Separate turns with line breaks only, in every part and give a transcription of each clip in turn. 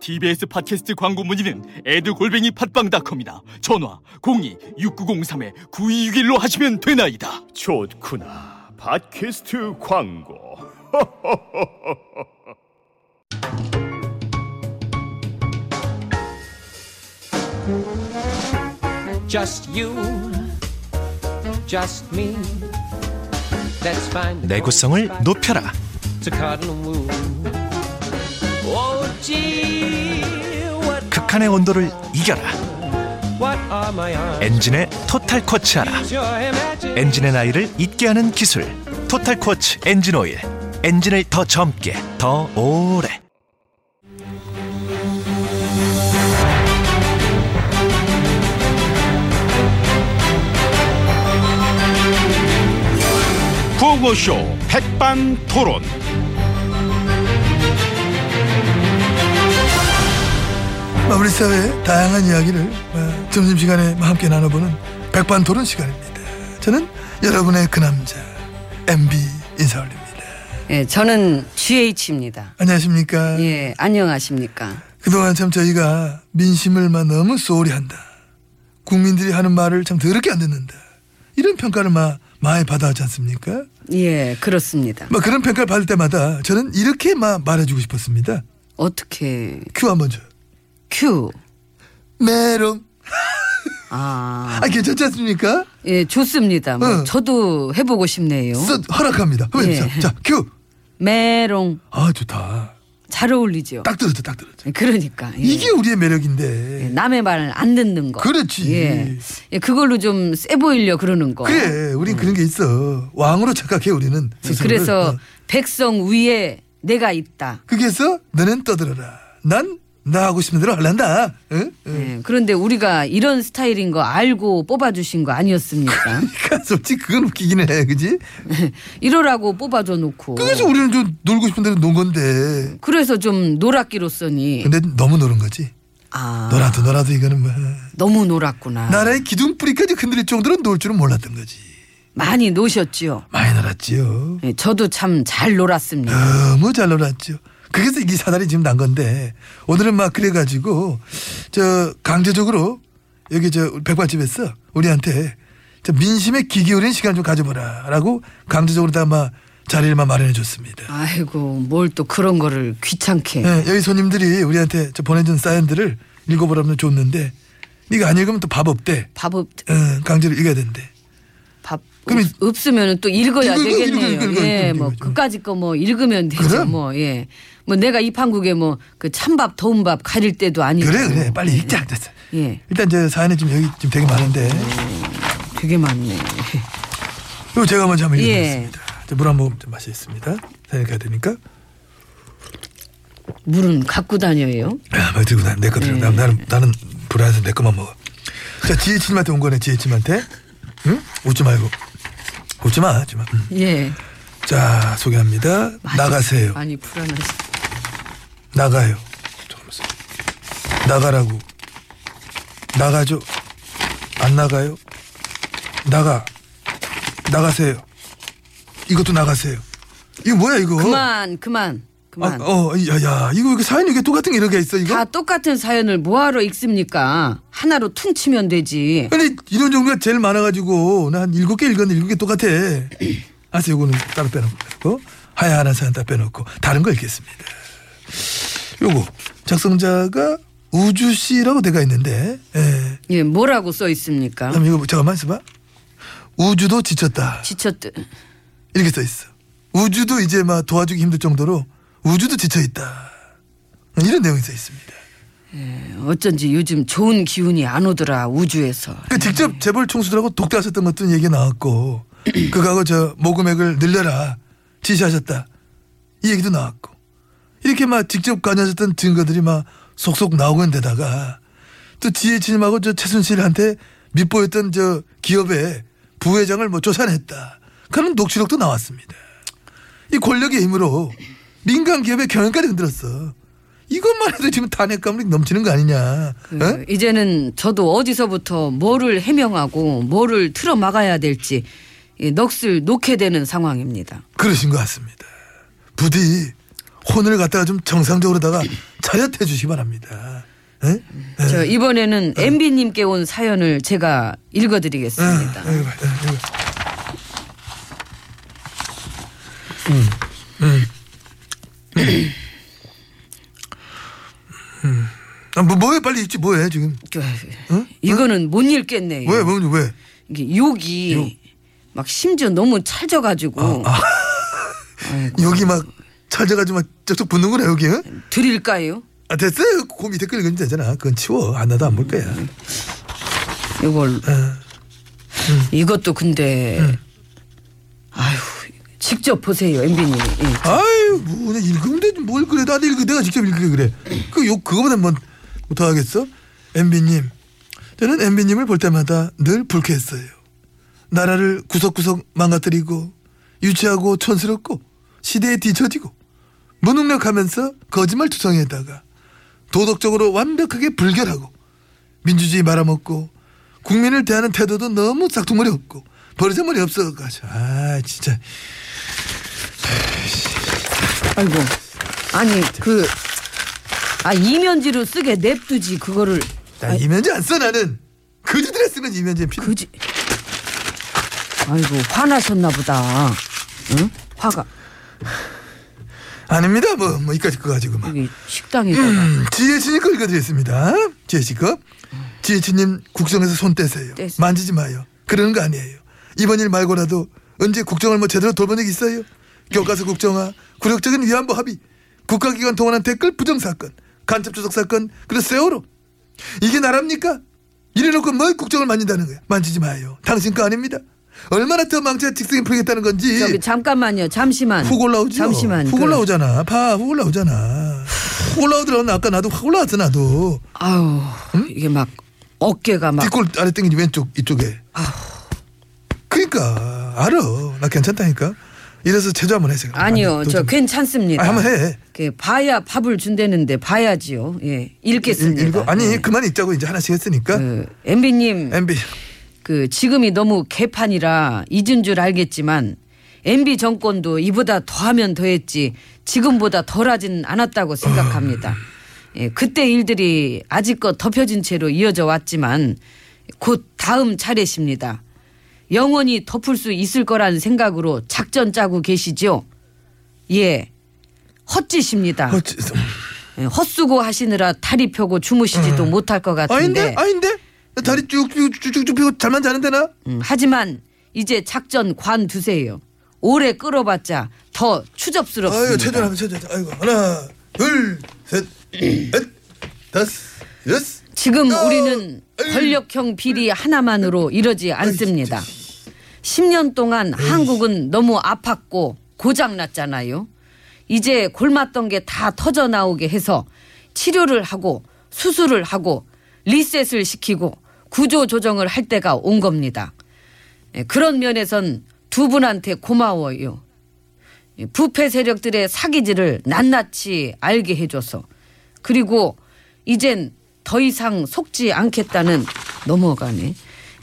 TBS 팟캐스트 광고 문의는 에드골뱅이 팟빵닷컴이나 전화 02-6903-9261로 하시면 되나이다.
좋구나. 팟캐스트 광고.
Just you, just me. Let's find the
내구성을
golden spot
높여라.
to cuddle and woo. Oh, gee, what,
극한의 온도를 이겨라.
what are my eyes?
엔진의 토탈 쿼츠하라.
Your imagination.
엔진의 나이를 잊게 하는 기술. 토탈 쿼츠 엔진 오일. 엔진을 더 젊게, 더 오래.
구호쇼 백반토론.
우리 사회의 다양한 이야기를 어, 점심시간에 함께 나눠보는 백반토론 시간입니다. 저는 여러분의 그 남자 MB 인사 올립니다.
예, 저는 GH입니다.
안녕하십니까?
예, 안녕하십니까.
그동안 참 저희가 민심을 막 너무 소홀히 한다. 국민들이 하는 말을 참 더럽게 안 듣는다. 이런 평가를 막 많이 받아왔지 않습니까?
예, 그렇습니다.
막 그런 평가를 받을 때마다 저는 이렇게 막 말해주고 싶었습니다.
어떻게
큐 한번 줘요.
큐?
메롱.
아,
아, 괜찮지 않습니까?
예, 좋습니다. 뭐
응.
저도 해보고 싶네요.
쓱 허락합니다. 한번
예.
해보세요. 자, 큐.
메롱
아, 좋다.
잘 어울리죠.
딱 들었죠, 딱 들었죠.
그러니까 예.
이게 우리의
예,
매력인데.
남의 말을 안 듣는 거.
그렇지.
예, 예 그걸로 좀 세 보이려 그러는 거.
그래, 우린 그런 게 있어. 왕으로 착각해 우리는
예,
스스로.
그래서 백성 위에 내가 있다.
예. 그래서 너는 떠들어라. 난 나 하고 싶은 대로 할란다. 응? 응.
예, 그런데 우리가 이런 스타일인 거 알고 뽑아주신 거 아니었습니까?
그러니까 솔직히 그건 웃기긴 해, 그지?
이러라고 뽑아줘 놓고.
그래서 우리는 좀 놀고 싶은 대로 논 건데.
그래서 좀 노랗기로 써니
근데 너무 노는 거지.
아
놀아도 놀아도 이거는 뭐.
너무 노랗구나
나라의 기둥뿌리까지 흔들릴 정도로 놀 줄은 몰랐던 거지.
많이 노셨지요
많이 놀았지요.
예, 저도 참 잘 놀았습니다
너무 잘 놀았죠. 그래서 이 사달이 지금 난 건데 오늘은 막 그래가지고 저 강제적으로 여기 저 백반집에서 우리한테 저 민심에 귀 기울인 시간 좀 가져보라라고 강제적으로 다 막 자리를 막 마련해 줬습니다.
아이고 뭘 또 그런 거를 귀찮게
예, 여기 손님들이 우리한테 저 보내준 사연들을 읽어보라면 줬는데 네가 안 읽으면 또 밥 없대.
밥, 없,
예, 강제로 읽어야 된대.
밥
그럼 이-
없으면 또 읽어야
읽어, 읽어,
되겠네요
읽어, 읽어,
예,
읽어,
뭐
읽어.
그까짓 거 뭐 읽으면 되죠
그럼.
뭐 예. 뭐 내가 이 판국에 뭐 그 찬밥 더운밥 가릴 때도 아니고
그래 그래 빨리 읽자. 됐어.
예.
일단 저 사연이 지금 여기 지금 되게 많은데
되게 많네
이거 제가 먼저 한번
예.
읽어보겠습니다. 물 한 모금 좀 마시겠습니다. 사연 가야 되니까.
물은 갖고 다녀요
야, 말 아, 뭐 들고 다내 거들.
예.
나 나는 나는 불안해서 내 것만 먹어. 자, 지혜치님한테 온 거네. 지혜치님한테. 응? 웃지 말고. 웃지 마. 웃지 마. 음.
예
자, 소개합니다.
많이-
나가세요.
많이 불안하시
나가요. 잠깐만요. 나가라고. 나가죠. 안 나가요. 나가. 나가세요. 이것도 나가세요. 이거 뭐야 이거?
그만 그만 그만
아, 어, 야, 야, 이거 이거 사연 이게 똑같은 게 이렇게 있어 이거?
다 똑같은 사연을 뭐하러 읽습니까? 하나로 퉁치면 되지.
아니 이런 종류가 제일 많아가지고 나한 일곱 개 읽었는데 일곱 개 똑같아. 아서 요거는 따로 빼놓고 빼놓고 하야 하나 사연 따 빼놓고 다른 거 읽겠습니다. 요거 작성자가 우주 씨라고 돼가 있는데, 예.
예, 뭐라고 써 있습니까?
그럼 이거 잠깐만 있어봐. 우주도 지쳤다
지쳤듯.
이렇게 써 있어. 우주도 이제 막 도와주기 힘들 정도로 우주도 지쳐 있다. 이런 내용이 써 있습니다.
어쩐지 요즘 좋은 기운이 안 오더라 우주에서.
그 직접 재벌 총수들하고 독대하셨던 것도 얘기 나왔고 그거하고 저 모금액을 늘려라 지시하셨다 이 얘기도 나왔고 이렇게 막 직접 관여하셨던 증거들이 막 속속 나오는 데다가 또 지혜진님하고 저 최순실한테 밑보였던 저 기업의 부회장을 뭐 조사했다. 그런 녹취록도 나왔습니다. 이 권력의 힘으로 민간 기업의 경영까지 흔들었어. 이것만 해도 지금 탄핵 감옥이 넘치는 거 아니냐?
그,
어?
이제는 저도 어디서부터 뭐를 해명하고 뭐를 틀어 막아야 될지 이 넋을 놓게 되는 상황입니다.
그러신 것 같습니다. 부디 혼을 갖다가 좀 정상적으로다가 차렷해 주시기 바랍니다. 예? 에?
저 이번에는
네.
MB님께 온 사연을 제가 읽어드리겠습니다.
아이고, 아이고. 아, 뭐, 뭐해 빨리 읽지 뭐해 지금
저, 그, 이거는 못 읽겠네요.
어? 왜 왜, 왜?
이게 욕이 막 심지어 너무 찰져가지고
아, 여기 막 찾아가지고 막 쩍쩍 붙는구나 여기 응?
드릴까요?
아 됐어 그 밑에 끌리면 되잖아 그건 치워 안 나도 안 볼 거야
이걸 이것도 근데 아휴 직접 보세요, MB님. 예.
아유 뭐 그냥 읽으면 되지 뭘 그래 나도 읽 내가 직접 읽으래 그래 그 욕 그거보다 뭐 못하겠어 MB님 저는 MB님을 볼 때마다 늘 불쾌했어요 나라를 구석구석 망가뜨리고 유치하고 촌스럽고 시대에 뒤처지고 무능력하면서 거짓말투성이에다가 도덕적으로 완벽하게 불결하고 민주주의 말아먹고 국민을 대하는 태도도 너무 싹퉁머리 없고 버리장머리 없어가지고 아 진짜
아이고. 아니 그 아, 이면지로 쓰게 냅두지 그거를
나 이면제 안 써 나는 그지들에 쓰는 이면제 필요
그지. 아이고 화나셨나 보다. 응? 화가
아닙니다 뭐, 뭐 이까짓 거 가지고 막
여기 식당에다가
음, 지혜진이 거 읽어드리겠습니다 지혜씨 거 지혜진님 국정에서 손 떼세요
떼세요.
만지지 마요 그러는 거 아니에요 이번 일 말고라도 언제 국정을 뭐 제대로 돌본 적 있어요 교과서 국정화 굴욕적인 위안부 합의 국가기관 동원한 댓글 부정 사건 간첩 조작 사건 그리고 세월호 이게 나랍니까? 이래놓고 뭐 국정을 만진다는 거야 만지지 마요 당신 거 아닙니다 얼마나 더 망치와 직성이 풀겠다는 건지
저기 잠깐만요. 잠시만.
훅 올라오죠.
잠시만.
훅
그-
올라오잖아. 봐, 훅 올라오잖아. 훅 올라오더라. 아까 나도 확 올라왔어 나도.
아유 이게 막 어깨가 막 아.
뒷골 아래 땡기지 왼쪽 이쪽에. 그러니까 알아. 나 괜찮다니까. 이래서 제조 한번 해서.
아니요, 저 괜찮습니다.
아, 한번 해.
그 봐야 밥을 준대는데 봐야지요. 예, 읽겠습니다.
읽어. 아니
예.
그만 읽자고 이제 하나씩 했으니까.
그 MB님
MB
그 지금이 너무 개판이라 잊은 줄 알겠지만 MB 정권도 이보다 더하면 더했지 지금보다 덜하진 않았다고 생각합니다. 예, 그때 일들이 아직껏 덮여진 채로 이어져 왔지만 곧 다음 차례십니다. 영원히 덮을 수 있을 거란 생각으로 작전 짜고 계시죠? 예. 헛짓입니다.
어째-
예, 헛수고 하시느라 다리 펴고 주무시지도 못할 것 같은데.
음. 아닌데 아닌데 나 다리 쭉쭉쭉쭉 펴고 잘만 자는데 나.
음, 하지만 이제 작전 관두세요. 오래 끌어봤자 더 추접스럽습니다.
아유 체조하면 체조. 아이고 하나 둘셋넷 다섯 여섯.
지금
어!
우리는 권력형 비리 하나만으로 이러지 않습니다. 10년 동안 한국은 너무 아팠고 고장났잖아요. 이제 골맞던 게 다 터져 나오게 해서 치료를 하고 수술을 하고 리셋을 시키고 구조 조정을 할 때가 온 겁니다. 예, 그런 면에선 두 분한테 고마워요. 이 부패 세력들의 사기질을 낱낱이 알게 해줘서 그리고 이젠 더 이상 속지 않겠다는 넘어가네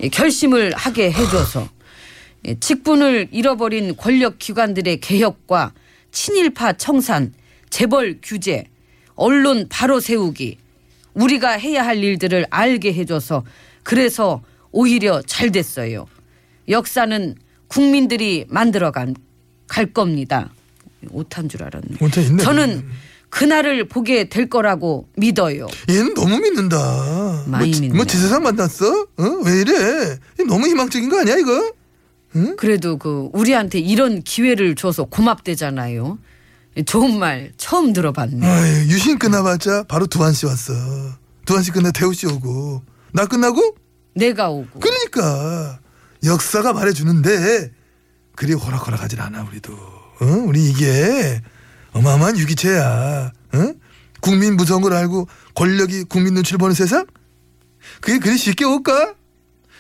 이 결심을 하게 해줘서 이 직분을 잃어버린 권력 기관들의 개혁과 친일파 청산 재벌 규제 언론 바로 세우기 우리가 해야 할 일들을 알게 해줘서 그래서 오히려 잘 됐어요. 역사는 국민들이 만들어간 갈 겁니다. 오탄 줄 알았네.
오타 있네.
저는 그날을 보게 될 거라고 믿어요.
얘는 너무 믿는다.
많이
뭐, 지-
믿네.
뭐 지세상 만났어? 어? 왜 이래? 얘 너무 희망적인 거 아니야 이거?
그래도 그 우리한테 이런 기회를 줘서 고맙대잖아요. 좋은 말 처음 들어봤네.
아이, 유신 끝나봤자 바로 두한 씨 왔어. 두한 씨 끝나 태우 씨 오고 나 끝나고
내가 오고.
그러니까 역사가 말해주는데 그리 호락호락하진 않아 우리도. 어? 우리 이게 어마어마한 유기체야. 어? 국민 무서운 걸 알고 권력이 국민 눈치를 보는 세상? 그게 그리 쉽게 올까?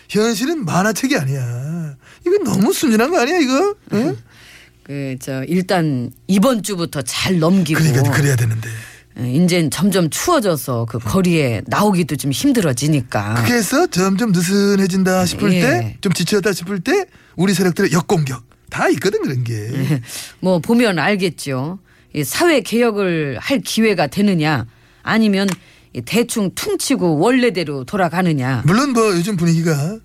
현실은 만화책이 아니야. 이거 너무 순진한 거 아니야 이거? 어? 응?
그 저 일단 이번 주부터 잘 넘기고
그러니까 그래야 되는데.
예, 이젠 점점 추워져서 그 거리에 나오기도 좀 힘들어지니까
그렇게 해서 점점 느슨해진다 싶을
아. 예.
때 좀 지쳤다 싶을 때 우리 세력들의 역공격 다 있거든 그런 게.
뭐 보면 알겠죠. 이 사회 개혁을 할 기회가 되느냐 아니면 이 대충 퉁치고 원래대로 돌아가느냐.
물론 뭐 요즘 분위기가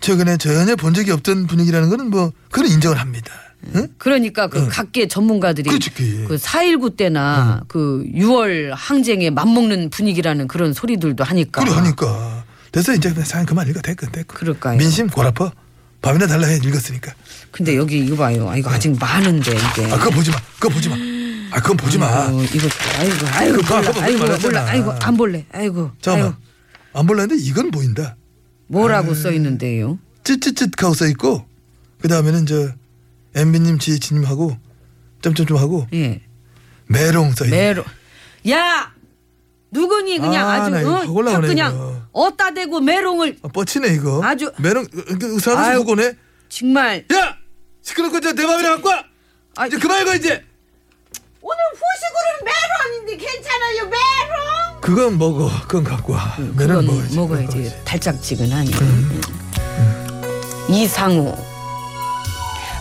최근에 전혀 본 적이 없던 분위기라는 거는 뭐 그건 인정을 합니다. 응?
그러니까 그 각계 전문가들이
그렇지, 그게.
그 4.19 때나 그 6월 항쟁에 맞먹는 분위기라는 그런 소리들도 하니까.
그래 하니까 됐어 이제 그냥 사연 그만 읽어 됐건 됐건.
그러니까. 그럴까요?
민심 골아퍼 밥이나 달라 해 읽었으니까.
근데 여기 이거 봐요. 아, 이거 아직 많은데 이게. 어,
아 그거 보지 마. 그거 보지 마. 아 그건 보지 마.
아이고, 이거 아이고 아이고
그거
몰라,
봐봐,
아이고
말하잖아.
몰라 아이고 안 볼래. 아이고.
잠깐만. 아.
아이고,
안 볼라는데 이건 보인다.
뭐라고 써 있는데요?
찌찌찌하고 써 있고 그 다음에는 저 엠비님 지혜진님 하고 점점점 하고
예.
메롱 써 있네.
매로. 야 누구니 그냥
아,
아, 주
나 이거 확 올라오네, 이거.
그냥 어따 대고 메롱을
아, 뻗치네 이거.
아주-
메롱 그, 의사는
아유.
무고네.
정말
야 시끄럽고 이제 내 마음이나 갖고 와.
아,
이제 그만 이거 이제.
오늘 후식으로는 메롱인데 괜찮아요 메롱?
그건 먹어. 그건 갖고 와. 메롱
그건
먹어야지.
먹어야지,
그건 먹어야지. 음.
달짝지근하니 이상우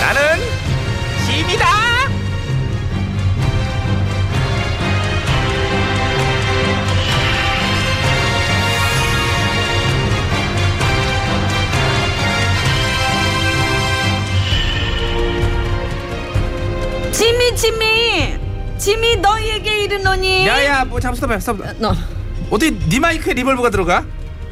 나는 짐이다.
지미 지미 지미 너희에게 이르노니
야야, 뭐 잠시 만 잠시
너
어떻게 네 마이크에 리볼브가 들어가?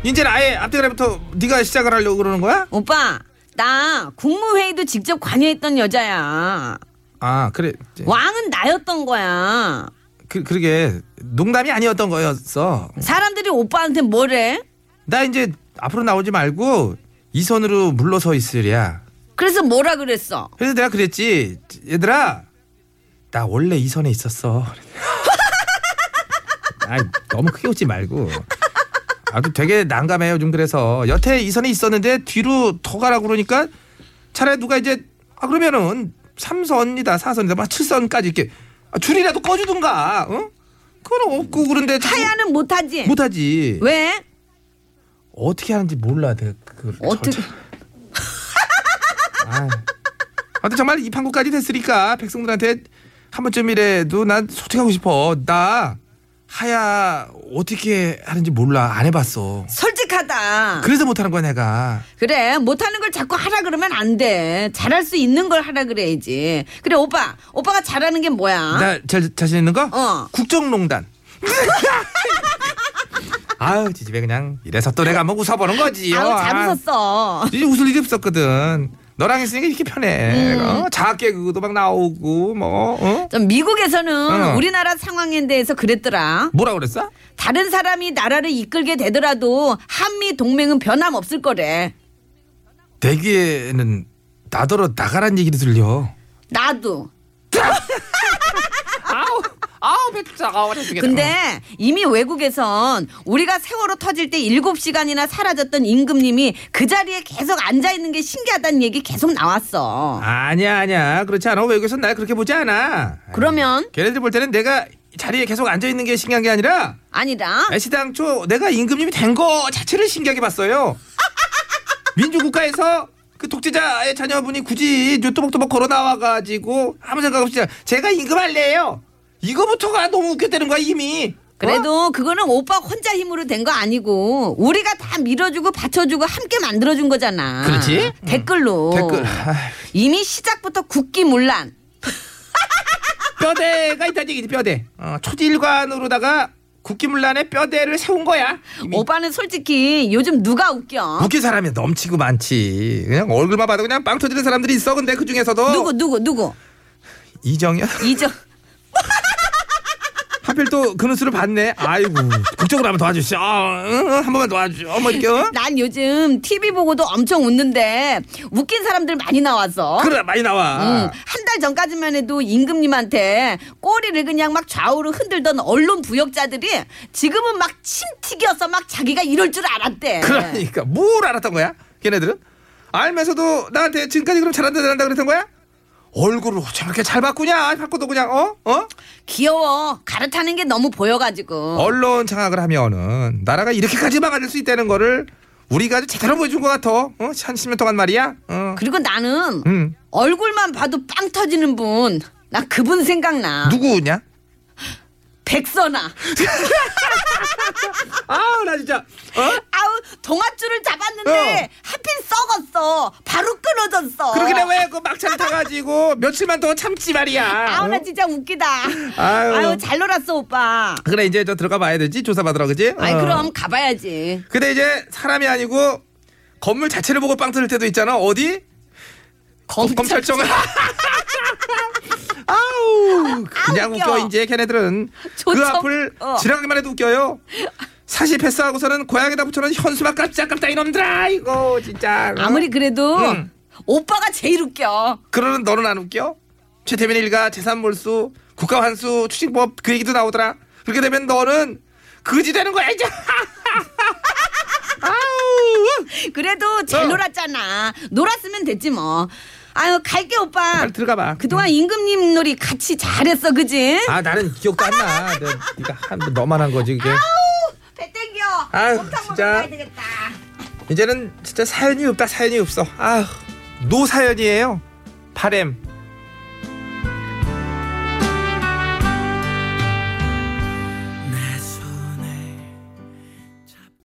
이제는 아예 앞대가리부터 네가 시작을 하려고 그러는 거야?
오빠 나 국무회의도 직접 관여했던 여자야.
아 그래 이제
왕은 나였던 거야.
그, 그러게 농담이 아니었던 거였어
사람들이 오빠한테 뭐래?
나 이제 앞으로 나오지 말고 이 선으로 물러서 있으랴
그래서 뭐라 그랬어?
그래서 내가 그랬지 얘들아 나 원래 이 선에 있었어 아 너무 크게 웃지 말고 아주 되게 난감해요 요즘 그래서 여태 이 선에 있었는데 뒤로 더 가라고 그러니까 차라리 누가 이제 아 그러면은 삼선이다사선이다막칠선까지 이렇게 아, 줄이라도 꺼주든가 응? 그건 없고 그런데 자꾸
하야는 못하지.
뭐- 못하지
왜?
어떻게 하는지 몰라 내가 그
어떻게-
아. 아무튼 정말 이 판국까지 됐으니까 백성들한테 한 번쯤이라도 난 소통하고 싶어. 나 하야 어떻게 하는지 몰라 안 해봤어.
솔직하다.
그래서 못하는 거야 내가.
그래 못하는 걸 자꾸 하라 그러면 안 돼. 잘할 수 있는 걸 하라 그래야지. 그래 오빠 오빠가 잘하는 게 뭐야?
나 자, 자신 있는 거?
어.
국정농단. 아유 지집에 그냥 이래서 또 내가 한번 웃어보는 뭐 거지.
아우 잘 웃었어.
이제 웃을 일이 없었거든. 너랑 있으니까 이렇게 편해.
음.
어? 자학개 그거도 막 나오고 뭐 어?
좀 미국에서는
어.
우리나라 상황에 대해서 그랬더라.
뭐라 그랬어?
다른 사람이 나라를 이끌게 되더라도 한미 동맹은 변함없을 거래.
대기에는 나더러 나가란 얘기를 들려.
나도.
아우 아우 배차가 오래 죽겠다.
근데 이미 외국에선 우리가 세월호 터질 때 7시간이나 사라졌던 임금님이 그 자리에 계속 앉아 있는 게 신기하다는 얘기 계속 나왔어.
아니야 아니야 그렇지 않아 외국에서 날 그렇게 보지 않아.
그러면
걔네들 볼 때는 내가 자리에 계속 앉아 있는 게 신기한 게 아니라
아니라
애시당초 내가 임금님이 된 거 자체를 신기하게 봤어요. 민주국가에서 그 독재자의 자녀분이 굳이 요또박또박 걸어 나와가지고 아무 생각 없이 제가 임금할래요. 이거부터가 너무 웃겼다는 거야 이미. 뭐?
그래도 그거는 오빠 혼자 힘으로 된 거 아니고 우리가 다 밀어주고 받쳐주고 함께 만들어준 거잖아. 음.
그렇지? 음.
댓글로
댓글, 아휴.
이미 시작부터 국기문란.
뼈대가 있다는 얘기지 뼈대. 어, 초질관으로다가 국기문란에 뼈대를 세운 거야. 이미. 뭐?
오빠는 솔직히 요즘 누가 웃겨?
웃긴 사람이 넘치고 많지. 그냥 얼굴만 봐도 그냥 빵 터지는 사람들이 있어. 근데 그 중에서도
누구 누구 누구?
이정현
이정
하필 또 그 눈수를 봤네. 아이고 국적으로 한번 도와주시오. 응, 응, 한 번만 도와주시오. 뭐 이렇게. 어?
난 요즘 TV 보고도 엄청 웃는데 웃긴 사람들 많이 나와서. 음,
그래 아. 많이 나와.
한 달 전까지만 해도 임금님한테 꼬리를 그냥 막 좌우로 흔들던 언론 부역자들이 지금은 막 침 튀겨서 막 자기가 이럴 줄 알았대.
그러니까 뭘 알았던 거야? 걔네들은 알면서도 나한테 지금까지 그럼 잘한다 잘한다 그랬던 거야? 얼굴을 저렇게 잘 바꾸냐? 바꿔도 그냥 어 어?
귀여워. 갈아타는 게 너무 보여가지고.
언론 장악을 하면은 나라가 이렇게까지 망가질 수 있다는 거를 우리가 아주 제대로 보여준 것 같아. 어? 한 10년 동안 말이야. 어.
그리고 나는
음.
얼굴만 봐도 빵 터지는 분. 나 그분 생각나.
누구냐?
백선아.
아, 나 진짜. 어?
아우 동아줄을 잡았는데
어.
하필 썩었어. 바로 끊어졌어.
그러길래 왜그 막차를 타가지고 며칠만 더 참지 말이야.
아우 나
어?
진짜 웃기다.
아유.
아유 잘 놀았어 오빠.
그래, 이제 저 들어가 봐야 되지. 조사받으러, 그지?
아이
어.
그럼 가봐야지.
근데 이제 사람이 아니고 건물 자체를 보고 빵 터질 때도 있잖아. 어디? 검찰청. 아우, 그냥
아, 웃겨.
웃겨, 이제 걔네들은. 그
조청-
앞을
어.
지나가기만 해도 웃겨요. 사실 패스하고서는 고향에다 붙여놓은 현수막 깜짝깜짝 이놈들아. 이거 진짜.
아무리 그래도
음.
오빠가 제일 웃겨.
그러는 너는 안 웃겨? 최태민 일가 재산 몰수 국가 환수 추징법 그 얘기도 나오더라. 그렇게 되면 너는 거지 되는 거야 이제. 아우
그래도 잘
어.
놀았잖아. 놀았으면 됐지 뭐. 아유 갈게 오빠.
빨리 들어가 봐.
그동안 임금님 놀이 같이 잘했어 그지?
아 나는 기억도 안 나. 내- 네가 한 너만 한 거지 그게.
배 땡겨.
아유,
곰탕 먹으러
진짜.
가야 되겠다.
이제는 진짜 사연이 없다 사연이 없어. 아우 노 사연이에요. 바램.